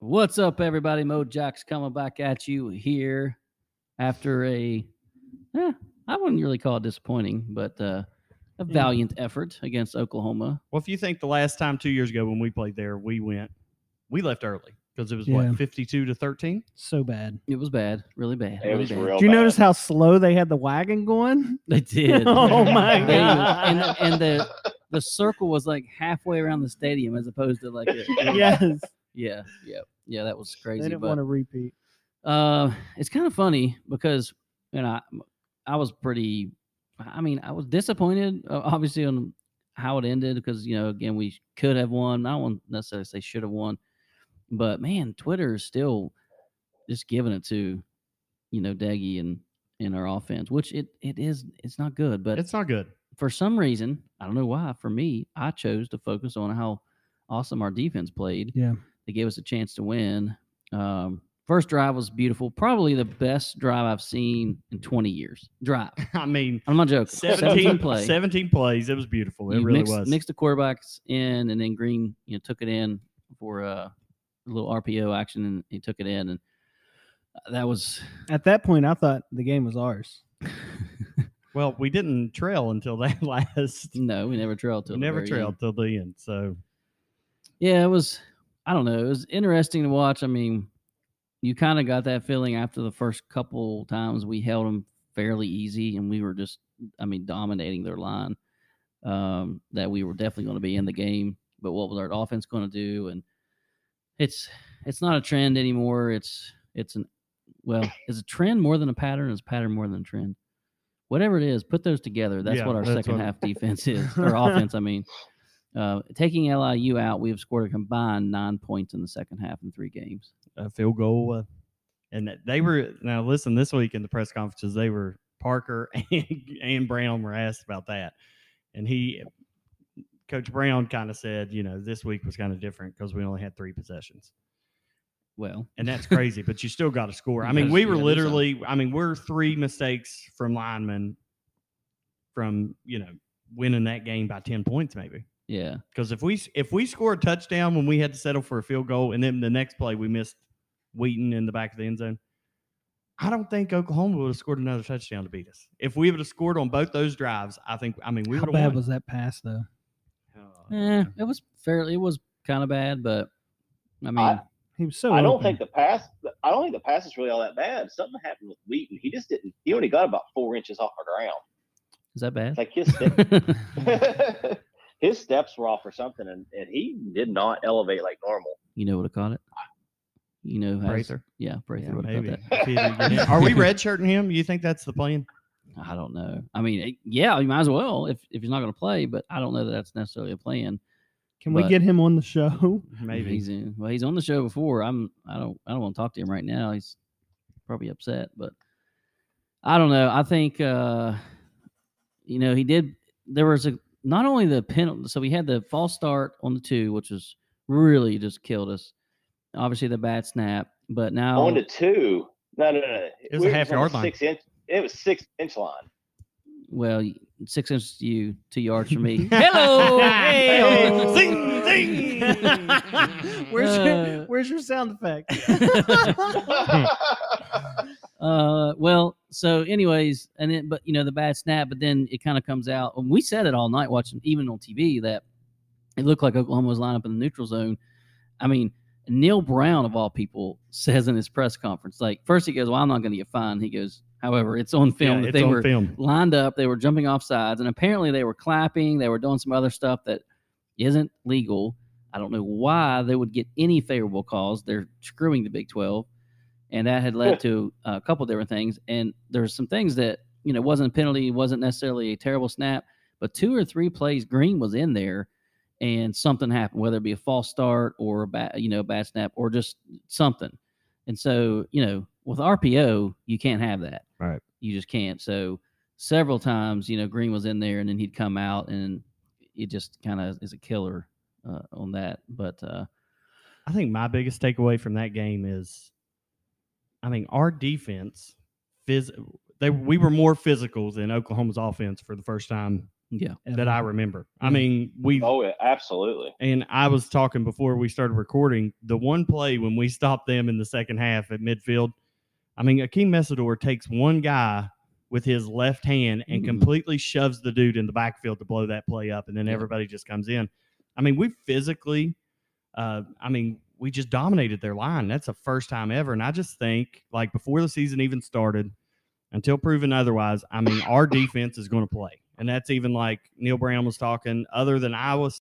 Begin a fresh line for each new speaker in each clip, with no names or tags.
What's up, everybody? Mojack's coming back at you here after a, eh, I wouldn't really call it disappointing, but uh, a
Yeah.
valiant effort against Oklahoma.
Well, if you think the last time two years ago when we played there, we went, we left early because it was
Yeah.
what fifty-two to thirteen.
So bad.
It was bad, really bad.
It
really
was
bad.
real.
Do you
bad.
notice how slow they had the wagon going?
They did.
Oh, my
They- And, the- and the the circle was like halfway around the stadium as opposed to like a,
yes.
yeah yeah yeah that was
They
crazy.
didn't
but-
want to repeat.
Uh, it's kind of funny because you know I, I was pretty. I mean, I was disappointed, uh, obviously, on how it ended because you know, again, we could have won. I don't want to necessarily say should have won, but man, Twitter is still just giving it to you know Deggy and and our offense, which it it is. It's not good, but
It's not good.
for some reason, I don't know why. For me, I chose to focus on how awesome our defense played.
Yeah.
they gave us a chance to win. Um, first drive was beautiful, probably the best drive I've seen in 20 years. Drive.
I mean,
I'm not joking.
17,
17 play.
17 plays. It was beautiful. It
You
really
mixed,
was.
mixed the quarterbacks in, and then Green, you know, took it in for uh, a little RPO action, and he took it in, and that was
At that point, I thought the game was ours.
Well, we didn't trail until that last.
no, we never trailed till
We
the
never
very end.
trailed till the end. So
Yeah, it was. I don't know. It was interesting to watch. I mean, you kind of got that feeling after the first couple times we held them fairly easy, and we were just, I mean, dominating their line. Um, that we were definitely going to be in the game, but what was our offense going to do? And it's it's not a trend anymore. It's it's an well, is a trend more than a pattern? Is a pattern more than a trend? Whatever it is, put those together. That's
Yeah,
what our
that's
second
what-
half defense is, or offense. I mean, uh, taking LIU out, we have scored a combined nine points in the second half in three games.
a field goal. Uh, and that- they were now listen this week in the press conferences they were Parker and, and Brown were asked about that, and he, Coach Brown, kind of said, you know, this week was kind of different because we only had three possessions,
Well,
and that's crazy. but you still got to score. I
You
mean,
gotta-
we
you
were
gotta do something.
literally. I mean, we're three mistakes from linemen, from you know winning that game by ten points maybe.
yeah,
Because if we if we score a touchdown when we had to settle for a field goal, and then the next play we missed Wheaton in the back of the end zone, I don't think Oklahoma would have scored another touchdown to beat us. If we would have scored on both those drives, I think I mean we
How
would
bad
have won.
was that pass, though?
eh, it was fairly, it was kind of bad, but I mean,
He was so.
I don't
open.
think the pass. I don't think the pass is really all that bad. Something happened with Wheaton. He just didn't. He only got about four inches off the ground.
is that bad?
It's like his step, his steps were off or something, and, and he did not elevate like normal.
you know what I caught it? You know, how
Braither.
yeah, Braither
Yeah,
would have
maybe.
caught
If he didn't get in. Are we redshirting him? You think that's the plan?
that. I don't know. I mean, it- yeah, you might as well if if he's not going to play, but I don't know that that's necessarily a plan.
Can
but-
we get him on the show?
Maybe.
he's in. Well, he's on the show before. I'm. I don't. I don't want to talk to him right now. He's probably upset, but I don't know. I think uh you know he did. There was a not only the penalty. So we had the false start on the two, which was really just killed us. Obviously the bad snap, but now
On to two. No, no, no. no.
was a
We were
half
from
yard line.
Six inch. It was six inch line.
well y- six inches to you, two yards from me. Hello,
Hey,
hey!
zing, zing.
Where's
Uh,
your Where's your sound effect?
Uh, well, so anyways, and then but you know the bad snap, but then it kind of comes out. And we said it all night watching, even on TV, that it looked like Oklahoma was lined up in the neutral zone. I mean, Neil Brown of all people says in his press conference, like first he goes, "Well, I'm not going to get fined." He goes, "However, it's on
Yeah,
film that
it's
they
on
were
film.
lined up, they were jumping off sides, and apparently they were clapping, they were doing some other stuff that isn't legal. I don't know why they would get any favorable calls. They're screwing the Big 12. And that had led to a couple different things. And there's some things that, you know, wasn't a penalty, wasn't necessarily a terrible snap, but two or three plays Green was in there and something happened, whether it be a false start or a bad, you know, bad snap or just something. And so, you know, with RPO, you can't have that.
Right.
You just can't. So several times, you know, Green was in there and then he'd come out and it just kind of is a killer uh, on that. But uh,
I think my biggest takeaway from that game is, I mean, our defense, phys- they we were more physical than Oklahoma's offense for the first time
Yeah.
that I remember. I mean, we
Oh, yeah, absolutely.
and I was talking before we started recording. The one play when we stopped them in the second half at midfield, I mean, Akeem Mesidor takes one guy with his left hand and
Mm.
completely shoves the dude in the backfield to blow that play up, and then
Yeah.
everybody just comes in. I mean, we physically, uh, I mean, we just dominated their line. That's the first time ever, and I just think like before the season even started, until proven otherwise, I mean, our defense is going to play. And that's even like Neil Brown was talking, other than Iowa,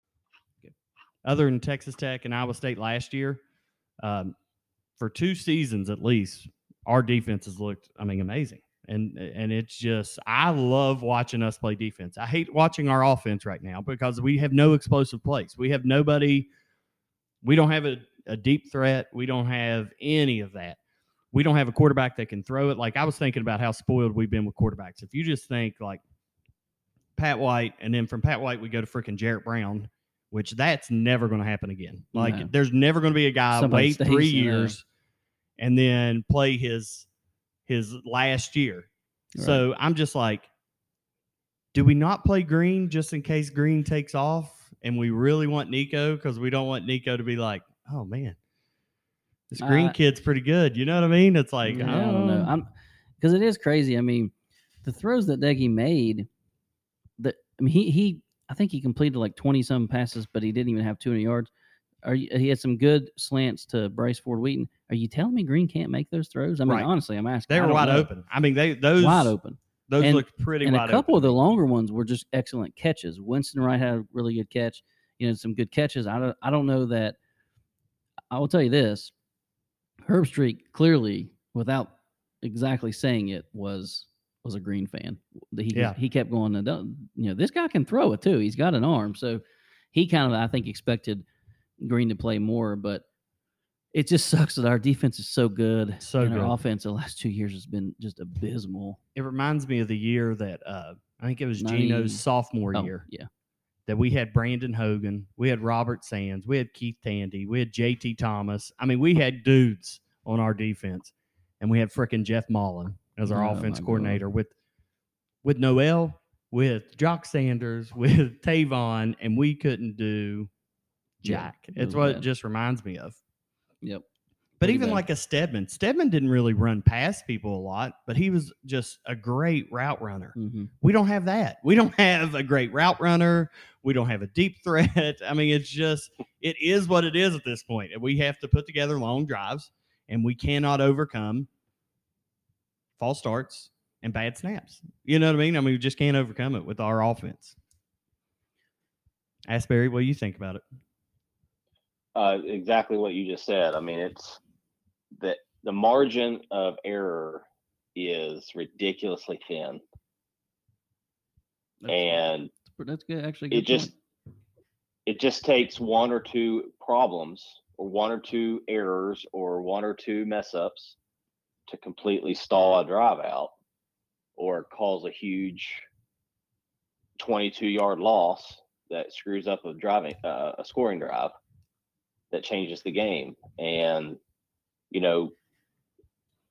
other than Texas Tech and Iowa State last year, um, for two seasons at least, our defense has looked, I mean, amazing. And and it's just I love watching us play defense. I hate watching our offense right now because we have no explosive plays. We have nobody. We don't have a, a deep threat. We don't have any of that. We don't have a quarterback that can throw it. Like I was thinking about how spoiled we've been with quarterbacks. If you just think like Pat White, and then from Pat White we go to freaking Jarrett Brown, which that's never going to happen again. Like
No.
there's never going to be a guy
Somebody
uh, wait
stays
three
in a-
years and then play his his last year. So I'm just like, do we not play Green just in case Green takes off and we really want Nico because we don't want Nico to be like, oh man, this Green
Uh,
kid's pretty good. You know what I mean? It's like, "Oh."
Yeah, I don't know. I'm because it is crazy. I mean, the throws that Deggy made, that I mean, he he I think he completed like twenty some passes, but he didn't even have two hundred yards. Are you, he had some good slants to Bryce Ford Wheaton? Are you telling me Green can't make those throws? I mean,
Right.
honestly, I'm asking.
They
I
were
don't
wide
know.
open. I mean, they those
wide open,
those
And-
looked pretty
and
wide
a couple
open.
of the longer ones were just excellent catches. Winston Wright had a really good catch. You know, some good catches. I don't. I don't know that. I will tell you this: Herb Street clearly, without exactly saying it, was was a Green fan. He
Yeah.
he kept going. "Now, don't- You know, this guy can throw it too. He's got an arm, so he kind of I think expected Green to play more, but. It just sucks that our defense is so good.
So
and
good.
our offense the last two years has been just abysmal.
it reminds me of the year that uh, I think it was
Ninety-
Gino's sophomore
Oh,
year
yeah.
that we had Brandon Hogan, we had Robert Sands, we had Keith Tandy, we had JT Thomas. I mean, we had dudes on our defense, and we had frickin' Jeff Mullen as our
Oh,
offense
my God.
coordinator with with Noel, with Jock Sanders, with Tavon, and we couldn't do
Yeah,
jack.
it
it's
was
what it
bad.
just reminds me of.
Yep.
But
Pretty
even
bad.
like a Stedman, Stedman didn't really run past people a lot, but he was just a great route runner.
Mm-hmm.
We don't have that. We don't have a great route runner. We don't have a deep threat. I mean, it's just it is what it is at this point. And we have to put together long drives and we cannot overcome false starts and bad snaps. You know what I mean? I mean, we just can't overcome it with our offense. Asbury, what do you think about it?
Uh, exactly what you just said. I mean, it's that the margin of error is ridiculously thin,
That's-
and
that's pr- that's good. Actually, a
it
good
just
point.
it just takes one or two problems or one or two errors or one or two mess ups to completely stall a drive out or cause a huge 22 yard loss that screws up a driving uh, a scoring drive that changes the game and you know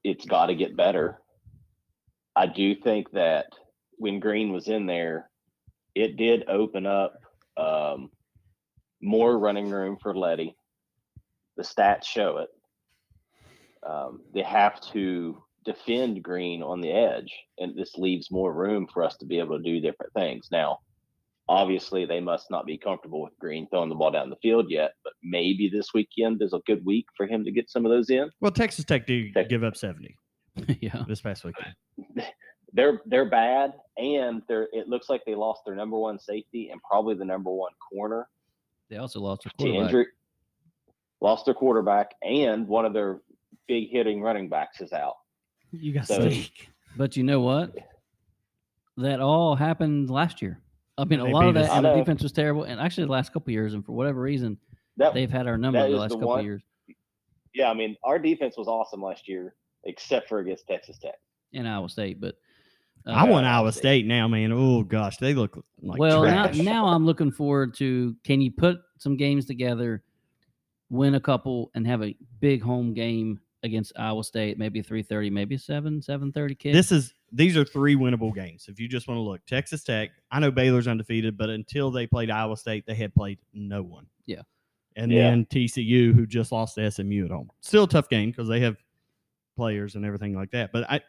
it's got to get better i do think that when green was in there it did open up um, more running room for Letty. The stats show it. Um, they have to defend Green on the edge, and this leaves more room for us to be able to do different things. Now, obviously, they must not be comfortable with Green throwing the ball down the field yet, but maybe this weekend is a good week for him to get some of those in.
Well, Texas Tech did
Tech-
give up 70
yeah.
this past weekend.
They're they're bad, and they're it looks like they lost their number one safety and probably the number one corner.
They also lost their
to
quarterback.
injury, lost their quarterback, and one of their big hitting running backs is out.
You got
So-
steak.
But you know what? That all happened last year. I mean, a
They
lot of
beat us.
that, and
I
the
know.
defense was terrible. And actually, the last couple years, and for whatever reason,
That
they've had our number
that
the
is
last
the
couple
one-
years.
yeah, I mean, our defense was awesome last year, except for against Texas Tech.
in Iowa State. But uh,
I want
Yeah,
Iowa
they-
State now, man. Oh gosh, they look like
well, now,
trash.
now I'm looking forward to can you put some games together, win a couple, and have a big home game against Iowa State, maybe a three thirty, maybe a seven seven thirty kick.
This is these are three winnable games. If you just want to look, Texas Tech. I know Baylor's undefeated, but until they played Iowa State, they had played no one.
Yeah.
and
Yeah.
then TCU, who just lost to SMU at home, still a tough game because they have players and everything like that. But I,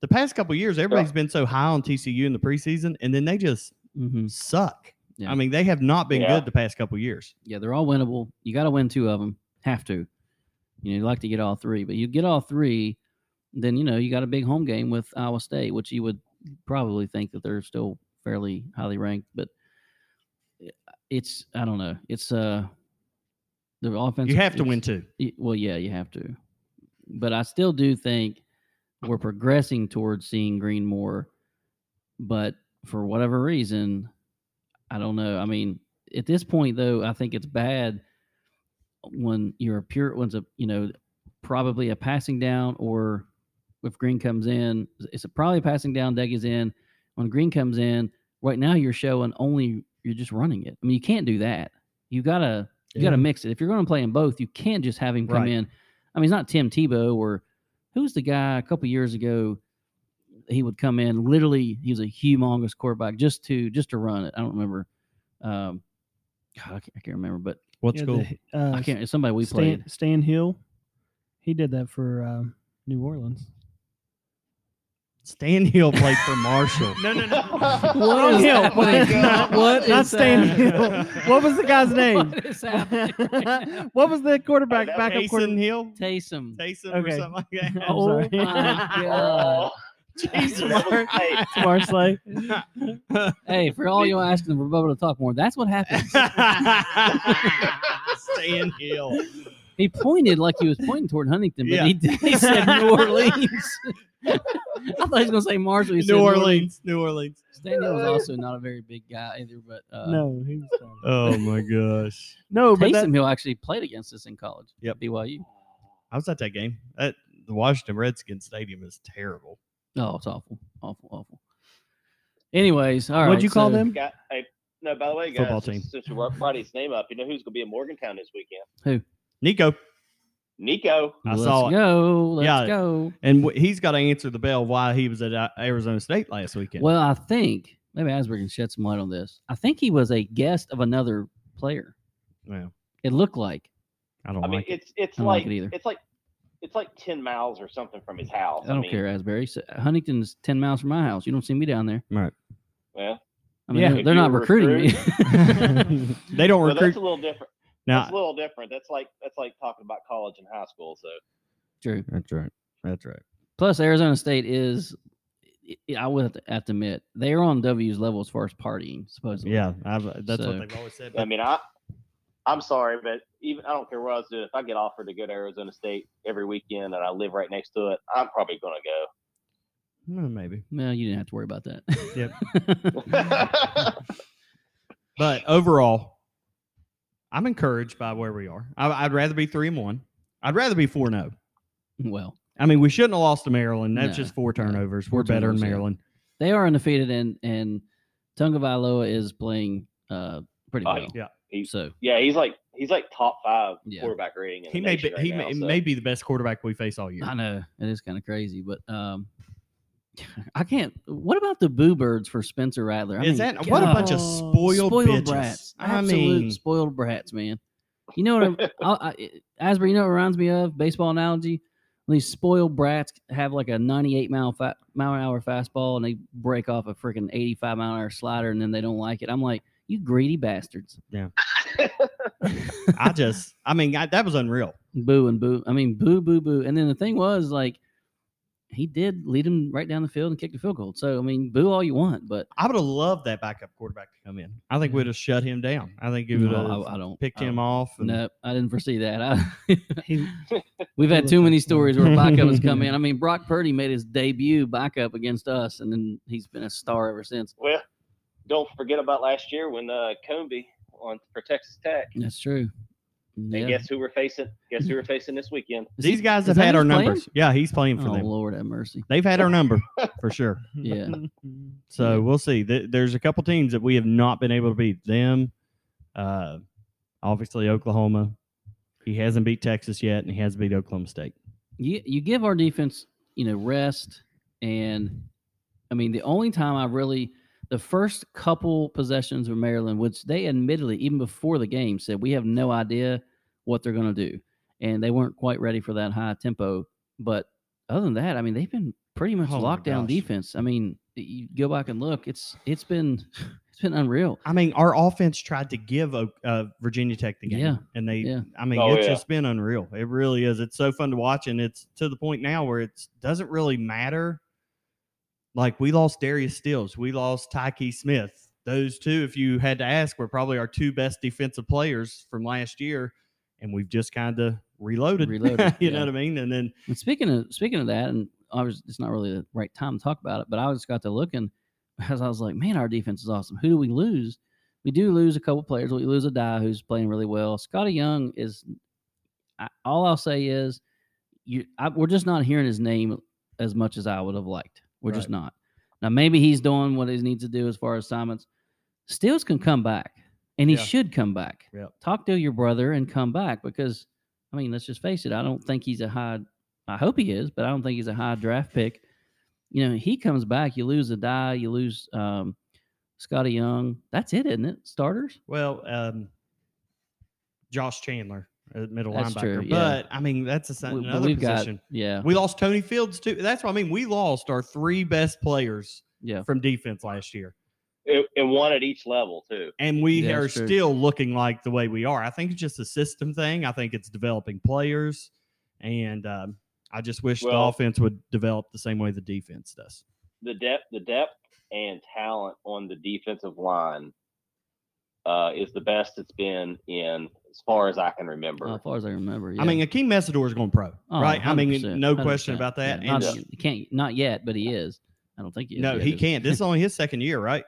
the past couple years, everybody's been so high on TCU in the preseason, and then they just
Mhm.
suck.
Yeah.
I mean, they have not been
Yeah.
good the past couple years.
yeah, they're all winnable. You got to win two of them. Have to. You know, you like to get all three, but you get all three, then you know you got a big home game with Iowa State, which you would probably think that they're still fairly highly ranked, but eh, it's I don't know. It's uh the offense.
you have to win two.
Y- Well, yeah, you have to. But I still do think we're progressing towards seeing green more. But for whatever reason, I don't know. I mean, at this point though, I think it's bad when you're a pure one's a you know probably a passing down or if green comes in, it's probably a passing down. Deck is in. When green comes in, right now you're showing only you're just running it. I mean, you can't do that. You gotta you got to mix it. If you're going to play them both, you can't just have him come
Right.
in. I mean, it's not Tim Tebow or who's the guy a couple years ago. He would come in. Literally, he was a humongous quarterback just to just to run it. I don't remember. Um, God, I can't, I can't remember, but
What's
Yeah,
cool?
the- uh,
I can't. It's somebody we
Stan,
played.
Stan Hill. He did that for um, New Orleans.
Stan Hill played for Marshall.
No, no,
Oh,
What is Oh
Hill.
happening?
Not,
What
not
is
Stan
happening?
Hill. What was the guy's name?
What is happening right now?
what was the quarterback
Uh,
backup
Taysom
quarterback?
Hill,
Taysom.
Taysom or
Okay.
something like that.
I'm
oh
sorry.
my god!
Jeez,
That was
Mark.
great.
Marsley.
Hey, for all you asking for Bubba to talk more, that's what happens.
Stan Hill.
He pointed like he was pointing toward Huntington, but
Yeah.
he, did- he said New Orleans. I thought he was going to say Marshall. He said
New Orleans. New Orleans.
Stan Hill was also not a very big guy either, but uh,
no, he was fine.
Oh my gosh.
no, but
Taysom
that,
Hill actually played against us in college.
Yep.
BYU.
I was at that game. That, the Washington Redskins Stadium is terrible.
Oh, it's awful, awful, awful. Anyways, all right.
what'd you call
so-
them?
Got- hey, no, by the way, guys,
Football team.
since- since we're writing his name up, you know who's going to be in Morgantown this weekend?
Nico.
Nico.
I
Let's
saw it.
go. Let's
Yeah.
go.
And wh- he's got to answer the bell why he was at uh, Arizona State last weekend.
Well, I think maybe Asberg can shed some light on this. I think he was a guest of another player.
Well,
It looked like.
I don't
I mean,
like it.
it's it's
I don't
like,
like it either.
it's like it's like ten miles or something from his house.
I don't
mean,
care, Asbury. So Huntington's ten miles from my house. You don't see me down there.
Well,
I mean,
Yeah.
they're,
If
they're
you
not
were a
recruiting me.
they don't
well,
recruit
that's a little different.
now.
That's a little different. That's like that's like talking about college and high school. So
True.
That's right. That's right.
Plus, Arizona State is, I- I would have to- have to admit, they are on W's level as far as partying, supposedly.
Yeah, I've, that's
So-
what they've always said.
I
But
mean, I I'm sorry, but even I don't care what I was doing. If I get offered to go to Arizona State every weekend and I live right next to it, I'm probably going to go.
Hmm, maybe.
Well, you didn't have to worry about that.
But overall, I'm encouraged by where we are. I, I'd rather be three and one. I'd rather be four and zero.
well,
I mean, we shouldn't have lost to Maryland. That's
No,
just four turnovers.
Four
We're better
turnovers,
than
yeah.
Maryland.
they are undefeated, and and Tonga Vailoa is playing uh pretty
Oh,
well.
yeah.
He-
So
yeah, he's like he's like top five
Yeah.
quarterback rating. In
He
the
may be
nation right
he
now,
may,
so.
may be the best quarterback we face all year.
I know it is kind of crazy, but um, I can't. What about the Boo Birds for Spencer Rattler? I
Is
mean,
that what a bunch of
God.
spoiled, bitches?
brats.
I
Absolute
mean,
spoiled brats, man. You know what? I'm- I, I, it- Asbury, you know what it reminds me of? Baseball analogy. When these spoiled brats have like a 98 mile fa- mile an hour fastball and they break off a freaking 85 mile an hour slider and then they don't like it. I'm like, you greedy bastards.
I just I mean I, that was unreal.
Boo and boo. I mean, boo, boo, boo. And then the thing was, like, he did lead him right down the field and kick the field goal. So, I mean, boo all you want, but
I would have loved that backup quarterback to come in. I think we'd have shut him down. I think it would have
no, I, I don't.
picked
I
him
don't-
off. and-
No, I didn't foresee that. I,
he,
We've had too many stories where backups come in.
Mhm.
I mean, Brock Purdy made his debut backup against us, and then he's been a star ever since.
Well, don't forget about last year when uh, Comby on for Texas Tech.
That's true.
And
Yeah.
guess who we're facing? Guess who we're facing this weekend?
Is
These
he-
guys
is
have
that
had
who's
our
playing?
numbers. Yeah, he's playing for
Oh
them.
Lord, have mercy.
They've had our number for sure.
Yeah.
So we'll see. Th- There's a couple teams that we have not been able to beat. Them, uh, obviously Oklahoma. He hasn't beat Texas yet, and he hasn't beat Oklahoma State.
you you give our defense, you know, rest and I mean the only time I really the first couple possessions of Maryland, which they admittedly even before the game said we have no idea what they're going to do, and they weren't quite ready for that high tempo. But other than that, I mean they've been pretty much
Oh my
lockdown
gosh.
defense. I mean you go back and look, it's it's been it's been unreal.
I mean, our offense tried to give uh, uh, Virginia Tech the game,
Yeah,
and they.
yeah.
I mean,
Oh,
it's
yeah.
just been unreal. It really is. It's so fun to watch, and it's to the point now where it doesn't really matter. Like we lost Darius Stills, we lost Tyke Smith. Those two, if you had to ask, were probably our two best defensive players from last year, and we've just kind of reloaded.
Reloaded,
you
yeah.
know what I mean? And then
And speaking of speaking of that, and obviously it's not really the right time to talk about it, but I just got to looking as I was like, man, our defense is awesome. Who do we lose? We do lose a couple players. We lose a die who's playing really well. Scotty Young is. I, all I'll say is, you I, we're just not hearing his name as much as I would have liked. We're just not. Now maybe he's doing what he needs to do as far as assignments. Steels can come back, and he
Yeah.
should come back.
Yep.
Talk to your brother and come back because I mean, let's just face it. I don't think he's a high. I hope he is, but I don't think he's a high draft pick. You know, he comes back. You lose a die. You lose um, Scotty Young. That's it, isn't it? Starters.
Well, um, Josh Chandler, uh, middle
That's
linebacker.
true, yeah.
But I mean, that's a, sign-
We- but
another position.
got yeah,
we lost Tony Fields too. That's what I mean. We lost our three best players
yeah.
from defense last year,
It, and one at each level too.
and we
Yeah,
are
that's true.
still looking like the way we are. I think it's just a system thing. I think it's developing players, and um, I just wish
Well-
the offense would develop the same way the defense does.
The depth, the depth and talent on the defensive line uh, is the best it's been in as far as I can remember.
Well, as far as I remember, yeah.
I mean, Akeem Messador is going pro,
Oh,
right? I mean,
100%,
no question
100%.
about that.
Yeah, not,
and
he can't not yet, but he is. I don't think he is.
no,
yet,
he
is
can't. This is only his second year, right?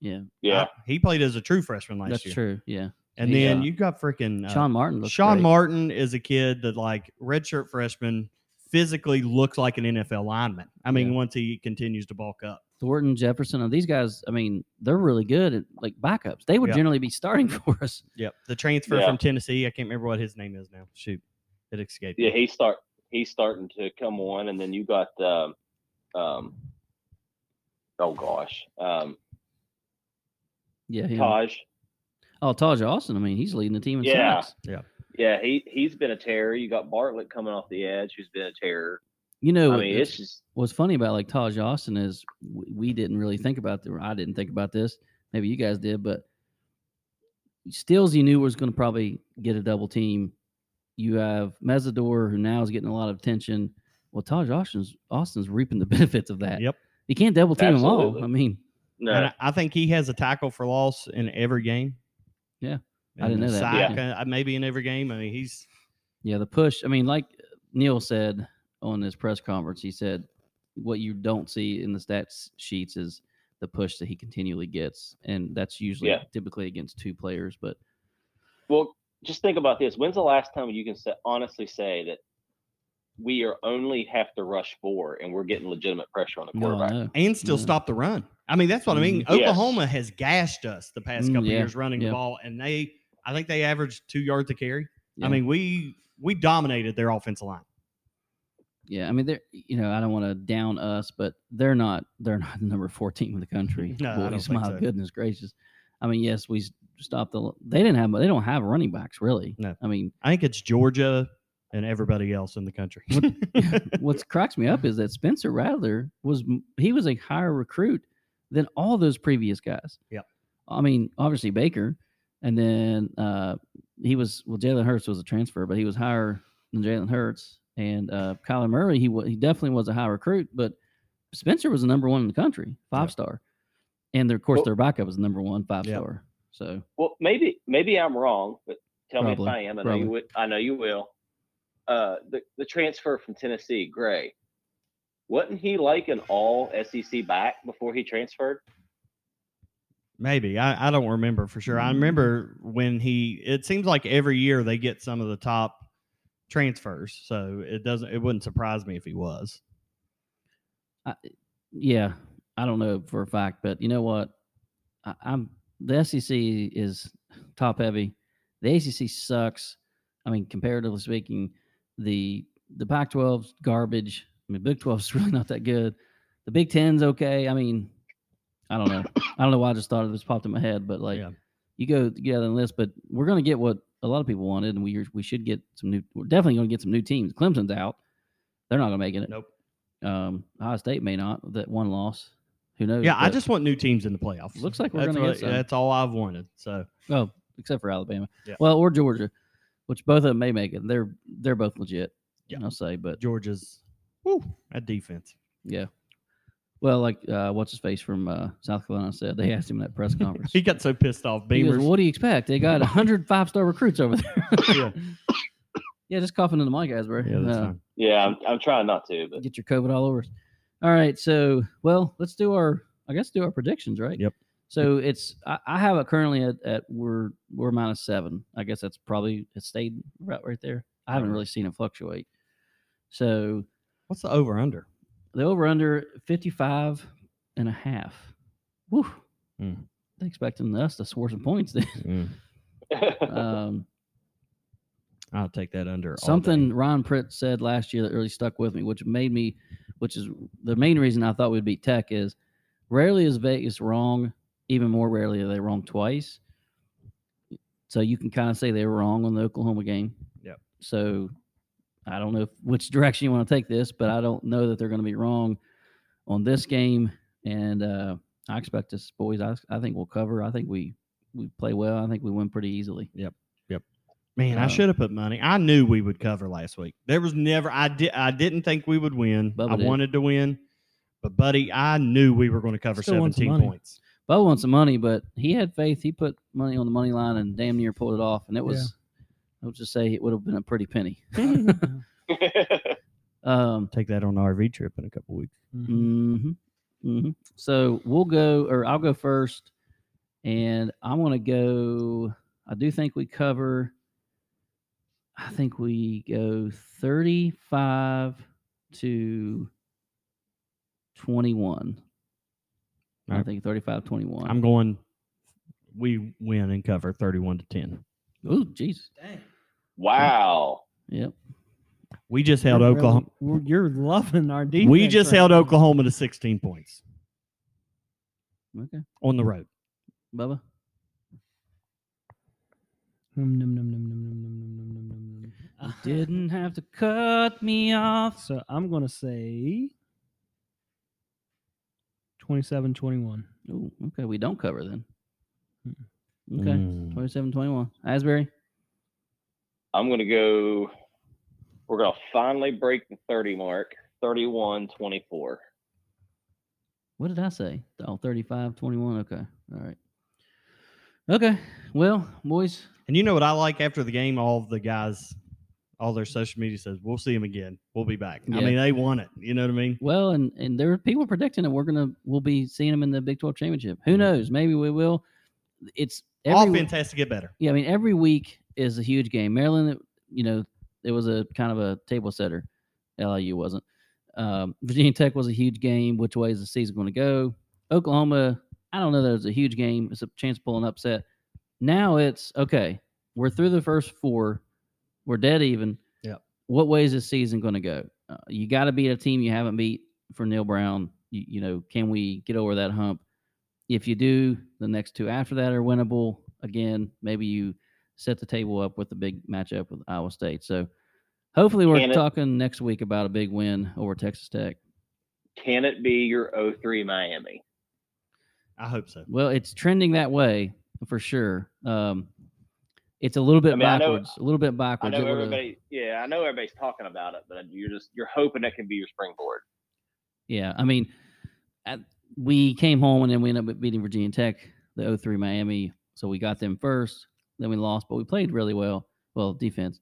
Yeah,
yeah,
Uh, he played as a true freshman last
that's
year.
true. Yeah,
And
Yeah.
then you got freaking uh, Sean,
Sean Martin. looks great.
Martin is a kid that like redshirt freshman physically looks like an NFL lineman. I mean,
Yeah.
once he continues to bulk up.
Thornton Jefferson. And these guys. I mean, they're really good at like backups. They would
Yeah.
generally be starting for us.
Yep. The transfer
Yeah.
from Tennessee, I can't remember what his name is now. Shoot, it escaped.
yeah.
me.
He start he's starting to come on, and then you got um, um oh gosh, um,
Yeah, him.
Taj.
Oh, Taj Austin. I mean, he's leading the team in
Yeah.
sacks.
Yeah, he he's been a terror. You got Bartlett coming off the edge, who's been a terror.
You know,
I mean,
it's-
it's just
what's funny about like Taj Austin is w- we didn't really think about the. I didn't think about this. Maybe you guys did, but Stills, you knew was going to probably get a double team. You have Mesador, who now is getting a lot of attention. Well, Taj Austin's Austin's reaping the benefits of that.
Yep.
You can't double team them all.
Absolutely.
I mean,
no.
And I, I think he has a tackle for loss in every game.
Yeah. I
And
didn't know that.
Sack, uh, maybe in every game. I mean, he's
Yeah, the push. I mean, like Neil said on his press conference, he said what you don't see in the stats sheets is the push that he continually gets, and that's usually
Yeah.
typically against two players. But
Well, just think about this. When's the last time you can say, honestly say that we are only have to rush four and we're getting legitimate pressure on the
no, I
quarterback?
know.
and still
Yeah.
stop the run. I mean, that's what I mean.
Mhm. Yes.
Oklahoma has gashed us the past
Mm,
couple
yeah,
years running
yeah.
the ball, and they, I think they averaged two yards a carry.
Yeah.
I mean, we we dominated their offensive line.
yeah, I mean, they're you know, I don't want to down us, but they're not they're not the number four team in the country.
No, I don't
Boys,
think
my
so.
goodness gracious! I mean, yes, we s- stopped the. They didn't have they don't have running backs really.
No.
I mean,
I think it's Georgia and everybody else in the country.
what cracks me up is that Spencer Rattler was m- he was a higher recruit than all those previous guys.
Yep.
I mean, obviously Baker, and then uh, he was well. Jalen Hurts was a transfer, but he was higher than Jalen Hurts and uh, Kyler Murray. He wa he definitely was a high recruit, but Spencer was the number one in the country, five star, and their, of course
Well-
their backup was the number one five
Yep.
star. So
Well, maybe maybe I'm wrong, but tell
Probably,
me if I am. I know
probably.
you would. I know you will. Uh, the the transfer from Tennessee, Gray, wasn't he like an all SEC back before he transferred?
Maybe I, I don't remember for sure. I
Mm-hmm.
remember when he. It seems like every year they get some of the top transfers, so it doesn't. It wouldn't surprise me if he was.
yeah, I don't know for a fact, but you know what? I, I'm the SEC is top heavy. The ACC sucks. I mean, comparatively speaking, the the Pac 12's garbage. I mean, Big 12's really not that good. The Big 10's okay. I mean, I don't know. I don't know why I just thought it just popped in my head, but like
Yeah.
you go together and list, but we're going to get what a lot of people wanted, and we we should get some new. We're definitely going to get some new teams. Clemson's out; they're not going to make it.
Nope.
Um, Ohio State may not. with That one loss, who knows?
Yeah, I
but-
just want new teams in the playoffs.
Looks like we're
That's
gonna get
what-
some.
That's all I've wanted. So
oh, except for Alabama.
Yeah.
Well, or Georgia, which both of them may make it. They're they're both legit.
Yeah.
I'll say, but
Georgia's, woo, that defense.
yeah. Well, like uh, what's his face from uh, South Carolina said, they asked him in that press conference.
He got so pissed off.
He goes,
Beamers.
what do you expect? They got 100 five star recruits over there.
yeah,
yeah, just coughing into the mic, Asbury.
yeah, that's
Uh,
fine.
Yeah, I'm, I'm trying not to, but
get your COVID all over us. All right, so well, let's do our I guess do our predictions, right?
Yep.
So it's I, I have it currently at, at we're we're minus seven. I guess that's probably it stayed right right there. I haven't
Right.
really seen it fluctuate. So
What's the over under?
the over under 55 and a half. Woo.
Mm.
They expecting us to score some points then. Um
I'll take that under. all day.
something Ron Pritt said last year that really stuck with me, which made me, which is the main reason I thought we'd beat Tech is rarely is Vegas wrong. Even more rarely are they wrong twice. So you can kind of say they were wrong on the Oklahoma game.
Yep.
So I don't know if, which direction you want to take this, but I don't know that they're going to be wrong on this game. And uh, I expect us, boys. I, I think we'll cover. I think we we play well. I think we win pretty easily.
Man, I
Uh,
should have put money. I knew we would cover last week. There was never I did I didn't think we would win.
Bubba
I
did.
wanted to win. But buddy, I knew we were going to cover
Still want some
17
money.
points.
Bo won some money, but he had faith. He put money on the money line and damn near pulled it off. And it was, I would just say it would have been a pretty penny. Um,
Take that on the RV trip in a couple weeks. Mm.
Mhm.
hmm hmm So we'll go, or I'll go first, and I'm going to go. I do think we cover. I think we go 35 to 21. I
Alright.
think 35 21.
I'm going we win and cover 31 to 10.
oh, Jesus.
wow.
Yep.
We just held
You're
Oklahoma
really- we're- you're loving our defense.
We just
right
held
now.
Oklahoma to 16 points
Okay.
on the road.
Bubba.
Num, num, num, num, num, num, num, num, num, num, num, num.
Didn't have to cut me off.
So I'm going to say 27 21.
Ooh, okay, we don't cover then.
Mm-mm.
Okay,
Mm.
twenty-seven, twenty-one. 27 21. Asbury,
I'm going to go. We're going to finally break the 30 mark 31 24.
what did I say? Oh, 35 21. Okay, all right. Okay, well, boys,
And you know what I like after the game? All the guys, all their social media says, "We'll see them again. We'll be back." I
Yeah.
mean, they won it. You know what I mean?
well, and and there are people predicting that we're gonna we'll be seeing them in the Big 12 championship. Who knows? Maybe we will. It's every,
Offense has to get better.
Yeah, I mean, every week is a huge game. Maryland, you know, it was a kind of a table setter. LIU wasn't. Um, Virginia Tech was a huge game. Which way is the season going to go? Oklahoma, I don't know that it's a huge game. It's a chance to pull an upset. Now it's okay. We're through the first four. We're dead even.
Yep.
What way is this season going to go? Uh, you got to beat a team you haven't beat for Neil Brown. You, you know, can we get over that hump? If you do, the next two after that are winnable. Again, maybe you set the table up with the big matchup with Iowa State. So hopefully we're
Can it-
talking next week about a big win over Texas Tech.
Can it be your 03 Miami?
I hope so.
Well, it's trending that way for sure. Um, it's a little bit
I mean, I know-
backwards. a little bit
I
backwards.
know
It would've-
everybody. Yeah, I know everybody's talking about it, but you're just you're hoping that can be your springboard.
Yeah, I mean, at, we came home and then we ended up beating Virginia Tech, the 03 Miami. So we got them first, then we lost, but we played really well. Well, defense.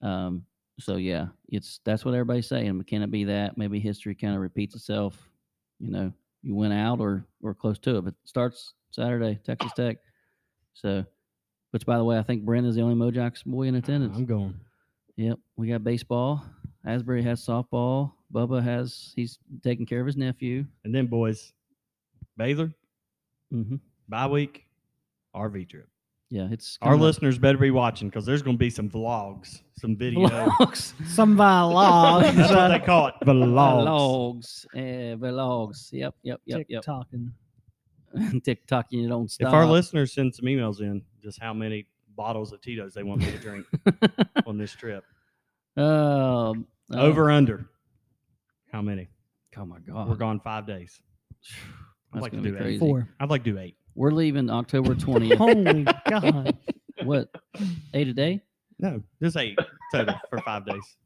Um, so yeah, it's that's what everybody's saying. Can it be that maybe history kind of repeats itself? You know, you went out or or close to it, but it starts Saturday, Texas Tech. So, which by the way, I think Brent is the only Mojox boy in attendance.
I'm going.
Yep, we got baseball. Asbury has softball. Bubba has he's taking care of his nephew.
And then, boys, Baylor
hmm
Mm-hmm. bye week, RV trip.
Yeah, it's
Our
coming up.
listeners better be watching because there's going to be some vlogs, some video.
Vlogs.
Some uh, by law.
That's what they call it, vlogs.
Vlogs. Eh, vlogs. Yep, yep, yep,
Tick talking.
yep. TikTok and you don't stop.
If our listeners send some emails in, just how many bottles of Tito's they want me to drink on this trip,
um, uh,
over under, how many?
Oh my god.
We're gone five days. I'd
That's
like to
gonna
do
be
that.
crazy.
Four.
I'd like to do eight.
We're leaving October 20th.
Holy God.
what? Eight a day?
No, just eight total for five days.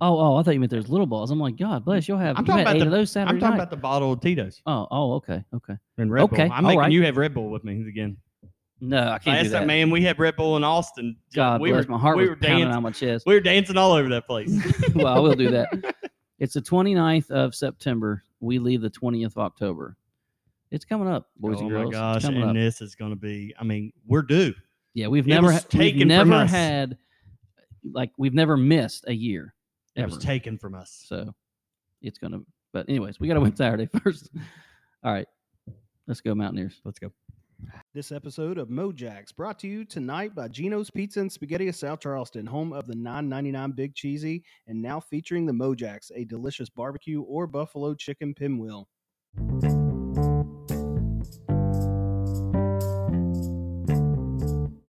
Oh, oh, I thought you meant there's little balls. I'm like, God bless, you'll have
I'm
you
talking
had
about
eight
the-
of those Saturday
I'm talking
night.
about the bottle of Tito's
oh, oh, okay, okay.
and Red
Okay,
Bull. I'm
all
making
right.
you have Red Bull with me again.
No, I can't do
Last
that.
time, man, we had Red Bull in Austin.
God
we
bless,
were
my heart
we
was
were
pounding
dancing.
on my chest.
we were dancing all over that place.
well, I will do that. It's the 29th of September. We leave the 20th of October. It's coming up, boys
oh
and girls.
my
It's
gosh!
coming
And
up.
this is going to be. I mean, we're due.
Yeah, we've
It
never
was
ha- we've
taken from
never
us.
had like we've never missed a year
It
ever.
was taken from us.
so it's gonna. But anyways, we gotta win Saturday first. All right, let's go Mountaineers.
Let's go.
This episode of Mojack's brought to you tonight by Gino's Pizza and Spaghetti of South Charleston, home of the 9.99 Big Cheesy, and now featuring the Mojack's, a delicious barbecue or buffalo chicken pinwheel.